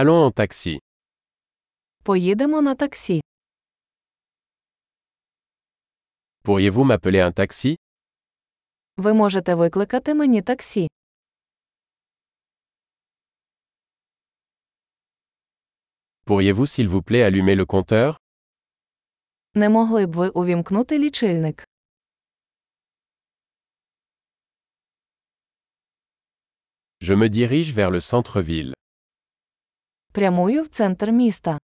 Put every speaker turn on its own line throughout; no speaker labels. Allons en taxi.
Поїдемо на таксі.
Pourriez-vous m'appeler un taxi
Ви можете викликати мені таксі.
Pourriez-vous s'il vous plaît allumer le compteur
Не могли б ви увімкнути лічильник?
Je me dirige vers le centre-ville.
Прямую в центр міста.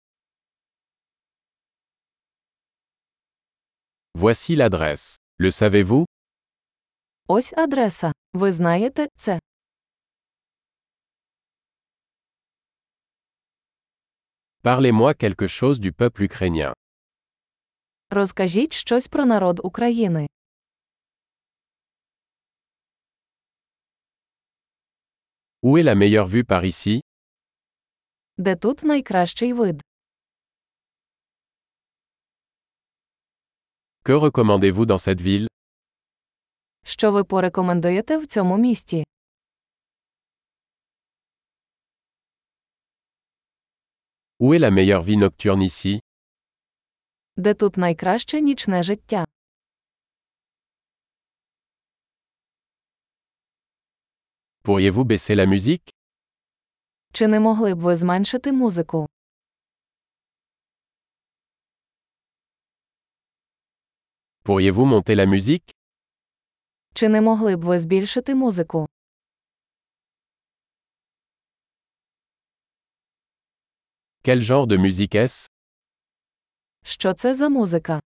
Voici l'adresse. Le savez-vous
Ось адреса. Ви знаєте це.
Parlez-moi quelque chose du peuple ukrainien.
Розкажіть щось про народ України.
Où est la meilleure vue par ici
Де тут найкращий вид?
Que recommandez-vous dans cette ville
Що ви порекомендуєте в цьому місті?
Où est la meilleure vie nocturne ici
Де тут найкраще нічне життя?
Pourriez-vous baisser la musique
Чи не могли б ви зменшити музику?
Pourriez-vous monter la musique
Чи не могли б ви збільшити музику?
Quel genre de musique est-ce
Що це за музика?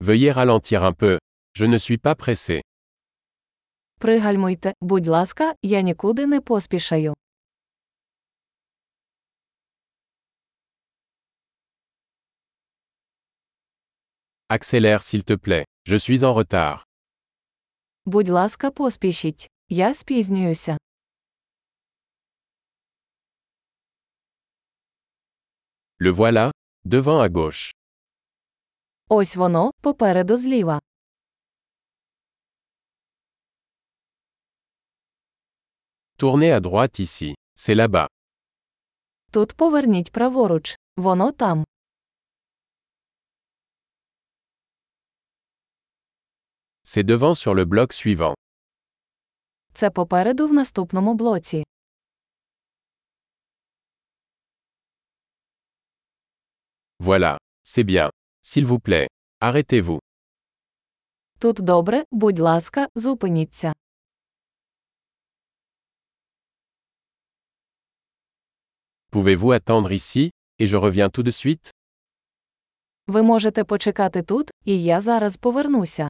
Veuillez ralentir un peu. Je ne suis pas pressé.
Пригальмуйте, будь ласка, я нікуди не поспішаю.
Accélère s'il te plaît. Je suis en retard.
Будь ласка, поспішіть. Я спізнююся.
Le voilà, devant à gauche.
Ось воно, попереду зліва.
Tournez à droite ici. C'est là-bas.
Тут поверніть праворуч. Воно там.
C'est devant sur le bloc suivant.
Це попереду в наступному блоці.
Voilà. C'est bien. S'il vous plaît. Arrêtez-vous.
Тут добре, будь ласка, зупиніться.
Pouvez-vous attendre ici, et je reviens tout de suite
Ви можете почекати тут, і я зараз повернуся.